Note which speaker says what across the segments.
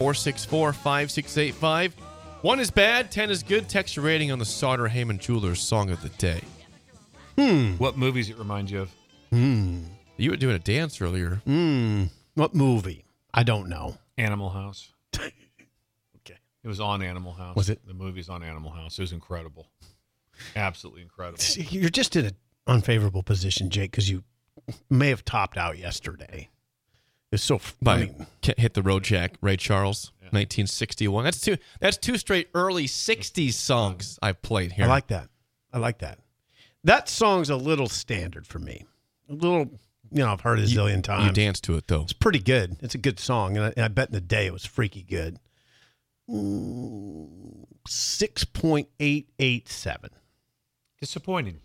Speaker 1: 464 5685. One is bad, 10 is good. Texture rating on the Sauter Heyman Jewelers song of the day.
Speaker 2: What movies it reminds you of?
Speaker 1: You were doing a dance earlier.
Speaker 3: Mm-hmm. What movie? I don't know.
Speaker 2: Animal House.
Speaker 3: Okay.
Speaker 2: It was on Animal House.
Speaker 3: Was it?
Speaker 2: The movie's on Animal House. It was incredible. Absolutely incredible.
Speaker 3: You're just in an unfavorable position, Jake, because you may have topped out yesterday. It's so
Speaker 1: By
Speaker 3: funny.
Speaker 1: Can't Hit the Road Jack, Ray Charles, 1961. That's two That's two straight early 60s songs I played here.
Speaker 3: I like that. I like that. That song's a little standard for me. A little, you know, I've heard it a zillion times.
Speaker 1: You dance to it, though.
Speaker 3: It's pretty good. It's a good song, and I, and I bet in the day it was freaky good. Six point eight eight seven.
Speaker 2: Disappointing.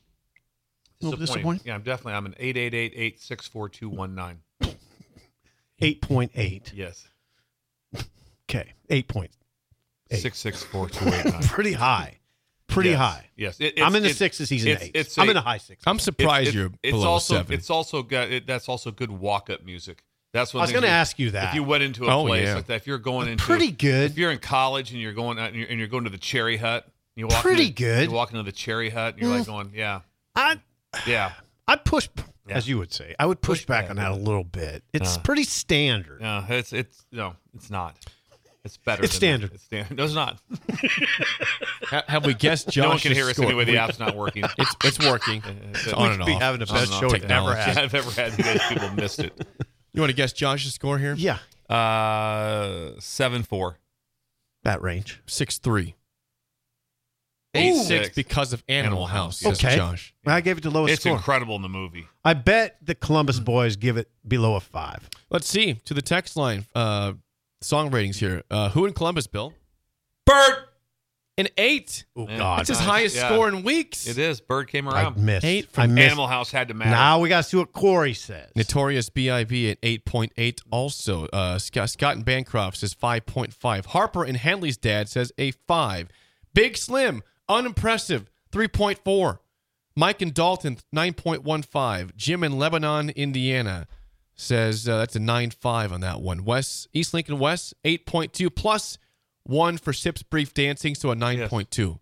Speaker 3: A little disappointing?
Speaker 2: Yeah, I'm definitely. I'm an 888-864-219.
Speaker 3: Eight point eight.
Speaker 2: Yes.
Speaker 3: Okay, eight point. Eight.
Speaker 2: 664-289.
Speaker 3: Pretty high. Pretty
Speaker 2: Yes.
Speaker 3: high.
Speaker 2: Yes. It-
Speaker 3: I'm in the
Speaker 2: it's-
Speaker 3: sixes. He's in
Speaker 2: it's-
Speaker 3: the eights.
Speaker 2: it's
Speaker 3: I'm
Speaker 2: a-
Speaker 3: in the high sixes.
Speaker 1: I'm surprised
Speaker 2: It- it-
Speaker 1: you're
Speaker 2: it's
Speaker 1: below
Speaker 2: also,
Speaker 1: seven.
Speaker 2: It's also good. It, that's also good walk-up music. That's what
Speaker 3: I was gonna ask you that.
Speaker 2: If you went into a
Speaker 1: Oh,
Speaker 2: place
Speaker 1: yeah.
Speaker 2: like that, if you're going into
Speaker 3: Pretty good.
Speaker 2: If you're in college and you're going out and you're, and you're going to the Cherry Hut, you walk
Speaker 3: Pretty
Speaker 2: into,
Speaker 3: good. Mm.
Speaker 2: You walk into the Cherry Hut, and you're like going, yeah,
Speaker 3: I
Speaker 2: yeah,
Speaker 3: I push,
Speaker 2: Yeah.
Speaker 3: as you would say, I would push,
Speaker 2: Push
Speaker 3: back,
Speaker 2: back.
Speaker 3: on that a little bit. It's
Speaker 2: Uh.
Speaker 3: pretty standard.
Speaker 2: no, it's it's no, it's not. It's better.
Speaker 3: It's
Speaker 2: than
Speaker 3: standard.
Speaker 2: That. It's standard. No, it's not.
Speaker 1: Ha- have we guessed Josh?
Speaker 2: no one can hear us
Speaker 1: score?
Speaker 2: anyway. The
Speaker 1: We-
Speaker 2: app's not working.
Speaker 1: It's, it's working. It's on and
Speaker 3: could
Speaker 1: off.
Speaker 3: be having a
Speaker 1: On and
Speaker 3: best
Speaker 1: off
Speaker 3: show we've never
Speaker 1: technology.
Speaker 3: had.
Speaker 2: I've ever had these people missed it.
Speaker 1: You want to guess Josh's score here?
Speaker 3: Yeah,
Speaker 2: Uh, seven four.
Speaker 3: that range.
Speaker 1: Six three.
Speaker 2: Eight,
Speaker 1: Eight six
Speaker 2: six.
Speaker 1: because of Animal,
Speaker 2: Animal
Speaker 1: House.
Speaker 2: House,
Speaker 1: says
Speaker 3: okay,
Speaker 1: Josh.
Speaker 3: I gave it the lowest
Speaker 2: It's
Speaker 3: score.
Speaker 2: incredible in the movie.
Speaker 3: I bet the Columbus boys give it below a five.
Speaker 1: Let's see to the text line. Uh, song ratings here. Uh, who in Columbus? Bill.
Speaker 2: Bert.
Speaker 1: An eight.
Speaker 3: Oh
Speaker 2: Yeah.
Speaker 3: God,
Speaker 1: That's his
Speaker 2: nice.
Speaker 1: highest
Speaker 2: Yeah.
Speaker 1: score in weeks.
Speaker 2: It is. Bird came
Speaker 3: I
Speaker 2: around.
Speaker 3: missed.
Speaker 1: Eight
Speaker 3: I
Speaker 1: from
Speaker 3: missed.
Speaker 2: Animal House had to matter.
Speaker 3: Now we got to see what Corey says.
Speaker 1: Notorious B.I.B. at 8.8 also. Uh, Scott, Scott and Bancroft says 5.5. Harper and Hanley's dad says a 5. Big Slim, unimpressive, 3.4. Mike and Dalton, 9.15. Jim in Lebanon, Indiana says uh, that's a 9.5 on that one. West, East Lincoln West, 8.2 plus 1 for Sip's brief dancing, so a 9.2.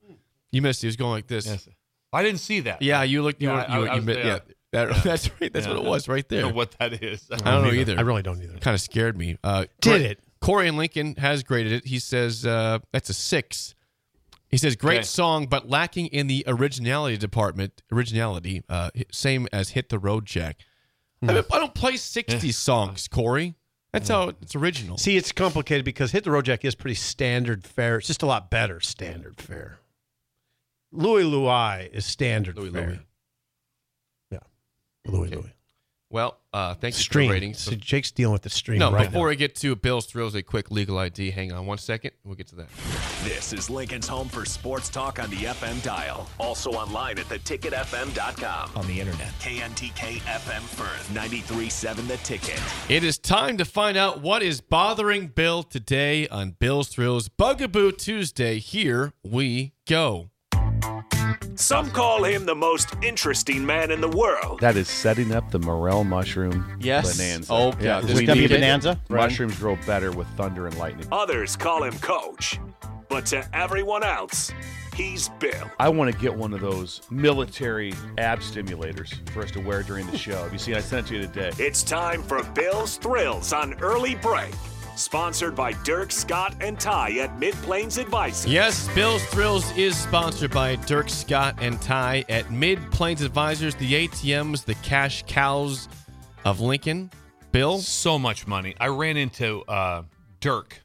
Speaker 1: You missed. He was going like this.
Speaker 2: Yes. I didn't see that.
Speaker 1: Yeah, you looked. You,
Speaker 2: Yeah,
Speaker 1: were-
Speaker 2: I-
Speaker 1: you, were-
Speaker 2: I
Speaker 1: you
Speaker 2: was
Speaker 1: mi-
Speaker 2: there.
Speaker 1: yeah, that- that's right. That's what it was right
Speaker 2: I
Speaker 1: there.
Speaker 2: don't know what that is.
Speaker 1: I don't know
Speaker 3: either.
Speaker 1: either.
Speaker 3: I really don't either.
Speaker 1: kind of scared me. Uh,
Speaker 3: Did
Speaker 1: Cor-
Speaker 3: it.
Speaker 1: Corey and Lincoln has graded it. He says uh, that's a six. He says great
Speaker 2: Okay.
Speaker 1: song, but lacking in the originality department. Originality, uh, hi- same as "Hit the Road Jack." I,
Speaker 3: Hmm.
Speaker 1: mean, I don't play '60s songs, Corey. That's how it's original.
Speaker 3: See, it's complicated because Hit the Road Jack is pretty standard fare. It's just a lot better standard fare. Louis Louis is standard
Speaker 1: Louis
Speaker 3: fare.
Speaker 1: Louis.
Speaker 3: Yeah. Louis Louis.
Speaker 1: well, uh, thank you
Speaker 3: Stream.
Speaker 1: for ratings.
Speaker 3: So Jake's dealing with the stream
Speaker 1: no,
Speaker 3: right
Speaker 1: before
Speaker 3: now.
Speaker 1: we get to Bill's thrills, a quick legal ID. Hang on one second. We'll get to that.
Speaker 4: This is Lincoln's home for sports talk on the FM dial. Also online at theticketfm.com. On the internet. KNTK FM Firth, 93.7 The Ticket.
Speaker 1: It is time to find out what is bothering Bill today on Bill's Thrills Bugaboo Tuesday. Here we go.
Speaker 4: Some call him the most interesting man in the world.
Speaker 5: That is setting up the morel mushroom
Speaker 1: Yes.
Speaker 5: bonanza.
Speaker 1: Oh, yeah. Is this
Speaker 5: We
Speaker 1: gonna be a
Speaker 5: need it.
Speaker 6: bonanza, Brian?
Speaker 5: Mushrooms grow better with thunder and lightning.
Speaker 4: Others call him coach. But to everyone else, he's Bill.
Speaker 5: I want to get one of those military ab stimulators for us to wear during the show. Have you seen? I sent it to you today.
Speaker 4: It's time for Bill's Thrills on Early Break Sponsored by Dirk, Scott, and Ty at Mid Plains Advisors.
Speaker 1: Yes, Bills Thrills is sponsored by Dirk Scott and Ty at Mid Plains Advisors, the ATMs, the cash cows of Lincoln. Bill,
Speaker 2: so much money. I ran into uh, Dirk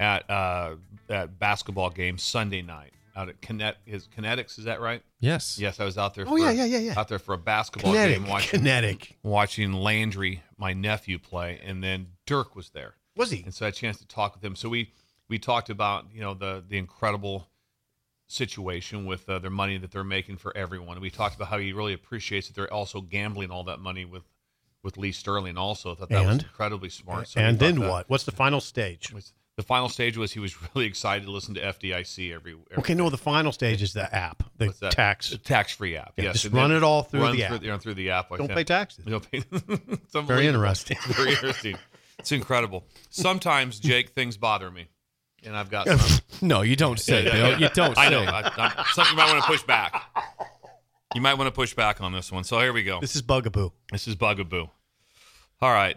Speaker 2: at uh, at basketball game Sunday night out at Kinet- his Kinetics. Is that right?
Speaker 1: yes,
Speaker 2: Yes, I was out there.
Speaker 3: Oh,
Speaker 2: for,
Speaker 3: yeah, yeah, yeah, yeah.
Speaker 2: Out there for a basketball
Speaker 3: Kinetic.
Speaker 2: game watching
Speaker 3: Kinetic.
Speaker 2: watching Landry, my nephew, play, and then Dirk was there,
Speaker 3: Was he?
Speaker 2: and so I had a chance to talk with him. So we we talked about you know the the incredible situation with uh, their money that they're making for everyone. We talked about how he really appreciates that they're also gambling all that money with with Lee Sterling. Also, I thought that was
Speaker 3: And?
Speaker 2: incredibly smart. So we
Speaker 3: and
Speaker 2: thought
Speaker 3: then
Speaker 2: that
Speaker 3: what? What's the final stage?
Speaker 2: was- the final stage was he was really excited to listen to FDIC every. every
Speaker 3: Okay, no, the final stage is the app, the
Speaker 2: what's that?
Speaker 3: tax.
Speaker 2: The tax-free app.
Speaker 3: Yeah,
Speaker 2: yes,
Speaker 3: just
Speaker 2: and then
Speaker 3: run it all through
Speaker 2: run
Speaker 3: the app.
Speaker 2: Run through the app. like
Speaker 3: Don't
Speaker 2: that.
Speaker 3: pay taxes.
Speaker 2: Don't pay. It's
Speaker 3: Very
Speaker 2: unbelievable.
Speaker 3: interesting.
Speaker 2: It's very interesting. It's incredible. Sometimes, Jake, things bother me, and I've got some.
Speaker 1: No, you don't say, Bill. You don't say.
Speaker 2: I know. I, I'm, something you might want to push back. You might want to push back on this one. So here we go.
Speaker 3: This is Bugaboo.
Speaker 2: This is Bugaboo. All right.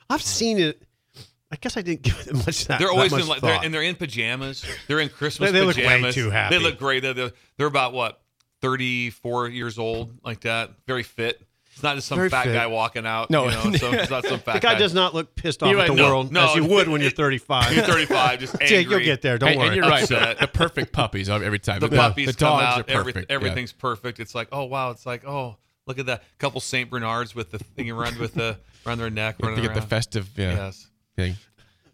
Speaker 3: I've seen it. I guess I didn't give it much that.
Speaker 2: They're always
Speaker 3: that much
Speaker 2: in like they're,
Speaker 3: thought.
Speaker 2: and they're in pajamas. They're in Christmas
Speaker 3: They- they look way
Speaker 2: pajamas.
Speaker 3: too happy.
Speaker 2: They look great. They're, they're, they're about what thirty four years old, like that. Very fit. It's not just some
Speaker 3: Very
Speaker 2: fat
Speaker 3: fit.
Speaker 2: guy walking out.
Speaker 1: No.
Speaker 2: you know, so it's not some fat
Speaker 3: the guy does not look pissed off
Speaker 2: You're
Speaker 3: at the
Speaker 2: right, no,
Speaker 3: world
Speaker 2: no.
Speaker 3: as you would when you're 35.
Speaker 2: You're thirty five. Just angry.
Speaker 3: Jake, you'll get there. Don't
Speaker 1: And-
Speaker 3: worry.
Speaker 1: And you're right.
Speaker 2: Upset.
Speaker 1: The perfect puppies are every time.
Speaker 2: the
Speaker 1: Yeah.
Speaker 2: puppies
Speaker 1: the
Speaker 2: come
Speaker 1: dogs
Speaker 2: out.
Speaker 1: are
Speaker 2: every-
Speaker 1: perfect. Yeah.
Speaker 2: everything's perfect. It's like, oh wow, it's like, oh look at that couple Saint Bernards with the thing around with the around their neck.
Speaker 1: They
Speaker 2: running
Speaker 1: get the
Speaker 2: around.
Speaker 1: festive yeah,
Speaker 2: Yes.
Speaker 1: thing.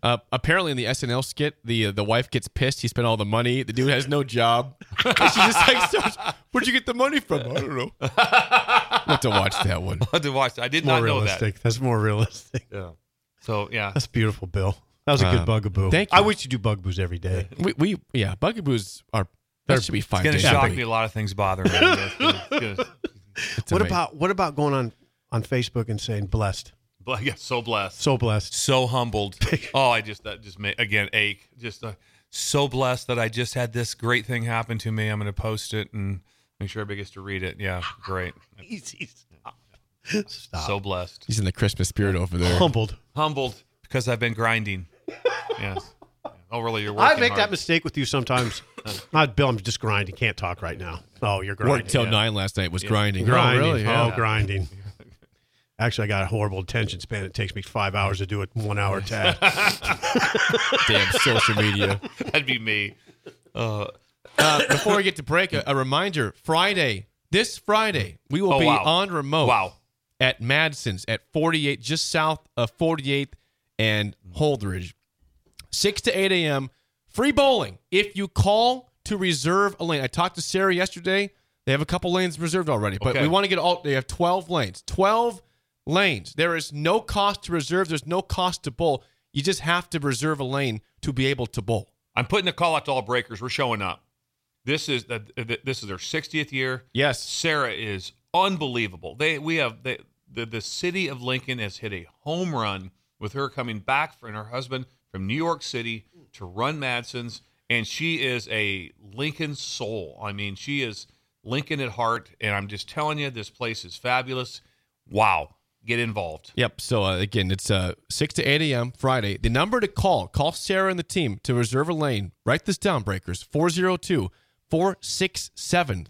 Speaker 1: Uh, apparently, in the SNL skit, the uh, the wife gets pissed. He spent all the money. The dude has no job. And she's just like, so, "Where'd you get the money from?" I don't know. I'll have to watch that one.
Speaker 2: I had to watch. that. I did not
Speaker 3: more
Speaker 2: know that.
Speaker 3: realistic. That's more realistic.
Speaker 2: So yeah,
Speaker 3: That's beautiful, Bill. That was a
Speaker 2: Uh,
Speaker 1: Um,
Speaker 3: good bugaboo.
Speaker 1: thank
Speaker 3: I
Speaker 1: you.
Speaker 3: wish you do bugaboos every day.
Speaker 1: We, we yeah, bugaboos are that should be five
Speaker 2: it's gonna
Speaker 1: days. a
Speaker 2: shock
Speaker 1: week.
Speaker 2: me. A lot of things bother me. It's gonna- it's gonna-
Speaker 1: It's
Speaker 3: what
Speaker 1: amazing.
Speaker 3: about what about going on on Facebook and saying blessed,
Speaker 2: But I got so blessed,
Speaker 3: so blessed?
Speaker 2: so humbled. Oh, I just that just made again ache. Just uh, so blessed that I just had this great thing happen to me. I'm going to post it and make sure everybody gets to read it. Yeah, great.
Speaker 3: Easy. Stop.
Speaker 2: So blessed,
Speaker 1: He's in the Christmas spirit over there.
Speaker 2: Oh
Speaker 3: humbled.
Speaker 2: humbled because I've been grinding. Yes. Oh, really? You're working.
Speaker 3: I make that
Speaker 2: hard.
Speaker 3: mistake with you sometimes. Not Bill. I'm just grinding. Can't talk right now. Oh, you're grinding.
Speaker 1: Worked till nine last night. Was grinding.
Speaker 3: grinding.
Speaker 1: Oh, really? Yeah.
Speaker 3: Oh, grinding. Actually, I got a horrible attention span. It takes me five hours to do a one-hour task.
Speaker 1: Damn social media.
Speaker 2: That'd be me.
Speaker 1: Uh, before we get to break, a, a reminder: Friday, this Friday, we will
Speaker 2: Oh,
Speaker 1: be
Speaker 2: wow.
Speaker 1: on remote.
Speaker 2: Wow.
Speaker 1: at Madsen's at 48, just south of 48th and Holdridge. 6 to 8 a.m. Free bowling. If you call to reserve a lane, I talked to Sarah yesterday. They have a couple lanes reserved already, but
Speaker 2: Okay.
Speaker 1: we want to get all. They have 12 lanes. 12 lanes. There is no cost to reserve. There's no cost to bowl. You just have to reserve a lane to be able to bowl.
Speaker 2: I'm putting a call out to all breakers. We're showing up. This is the, the- this is their 60th year.
Speaker 1: Yes.
Speaker 2: Sarah is unbelievable. They we have they, the the city of Lincoln has hit a home run with her coming back for, and her husband from New York City to run Madsen's, and she is a Lincoln soul. I mean, she is Lincoln at heart, and I'm just telling you, this place is fabulous. Wow, get involved.
Speaker 1: Yep. So uh, again, it's uh, 6 to 8 a.m. Friday. The number to call, call Sarah and the team to reserve a lane. Write this down, Breakers 402 467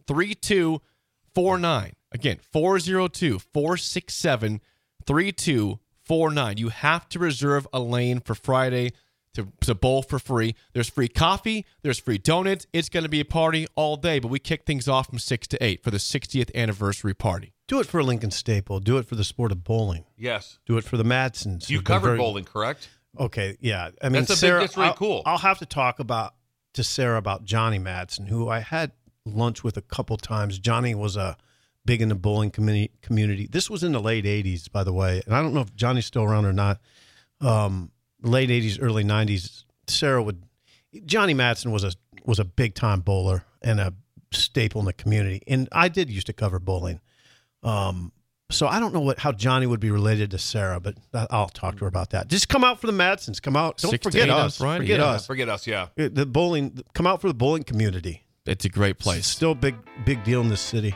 Speaker 1: 3249. Again, 402 467 3249. You have to reserve a lane for Friday to, to bowl for free. There's free coffee, there's free donuts. It's going to be a party all day, but we kick things off from 6 to 8 for the 60th anniversary party.
Speaker 3: do it for Lincoln Staple. Do it for the sport of bowling.
Speaker 2: Yes,
Speaker 3: Do it for the Madsons.
Speaker 2: you
Speaker 3: who've been
Speaker 2: covered
Speaker 3: very-
Speaker 2: bowling, correct?
Speaker 3: Okay, yeah. I mean,
Speaker 2: That's a big-
Speaker 3: Sarah,
Speaker 2: that's really
Speaker 3: I'll-
Speaker 2: cool.
Speaker 3: I'll have to talk about to Sarah about Johnny Madsen, who I had lunch with a couple times. Johnny was a big in the bowling community. Community. This was in the late '80s, by the way, and I don't know if Johnny's still around or not. Um, late '80s, early '90s. Sarah would. Johnny Madsen was a was a big time bowler and a staple in the community, and I did used to cover bowling. Um, so I don't know what how Johnny would be related to Sarah, but I- I'll talk to her about that. Just come out for the Madsons. Come out. Don't
Speaker 1: Six to
Speaker 3: forget
Speaker 1: eight on
Speaker 3: us.
Speaker 1: Friday,
Speaker 3: forget
Speaker 1: yeah.
Speaker 3: us.
Speaker 2: Forget us, yeah.
Speaker 3: Uh, The bowling. Come out for the bowling community.
Speaker 1: It's a great place.
Speaker 3: It's still a big big deal in this city.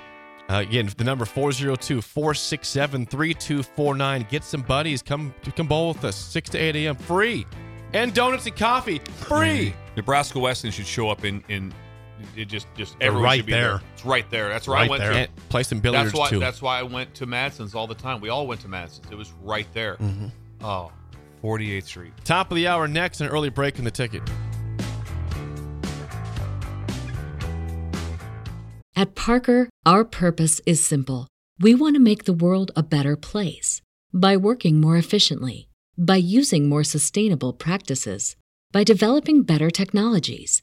Speaker 1: Uh, again, the number 402-467-3249. Get some buddies. Come come bowl with us. 6 to 8 a.m. Free. And donuts and coffee. Free.
Speaker 2: Nebraska Wesleyan should show up in in it just just everyone
Speaker 3: right
Speaker 2: should be
Speaker 3: there.
Speaker 2: It's right there. That's where I
Speaker 3: Right
Speaker 2: went
Speaker 3: there.
Speaker 2: to.
Speaker 1: And play some billiards
Speaker 2: that's why
Speaker 1: too.
Speaker 2: that's why I went to Madsen's all the time. We all went to Madsen's. It was right there.
Speaker 3: Mm-hmm.
Speaker 2: Oh, 48th Street.
Speaker 1: Top of the hour next, an early break in the ticket.
Speaker 6: At Parker, our purpose is simple. We want to make the world a better place by working more efficiently, by using more sustainable practices, by developing better technologies.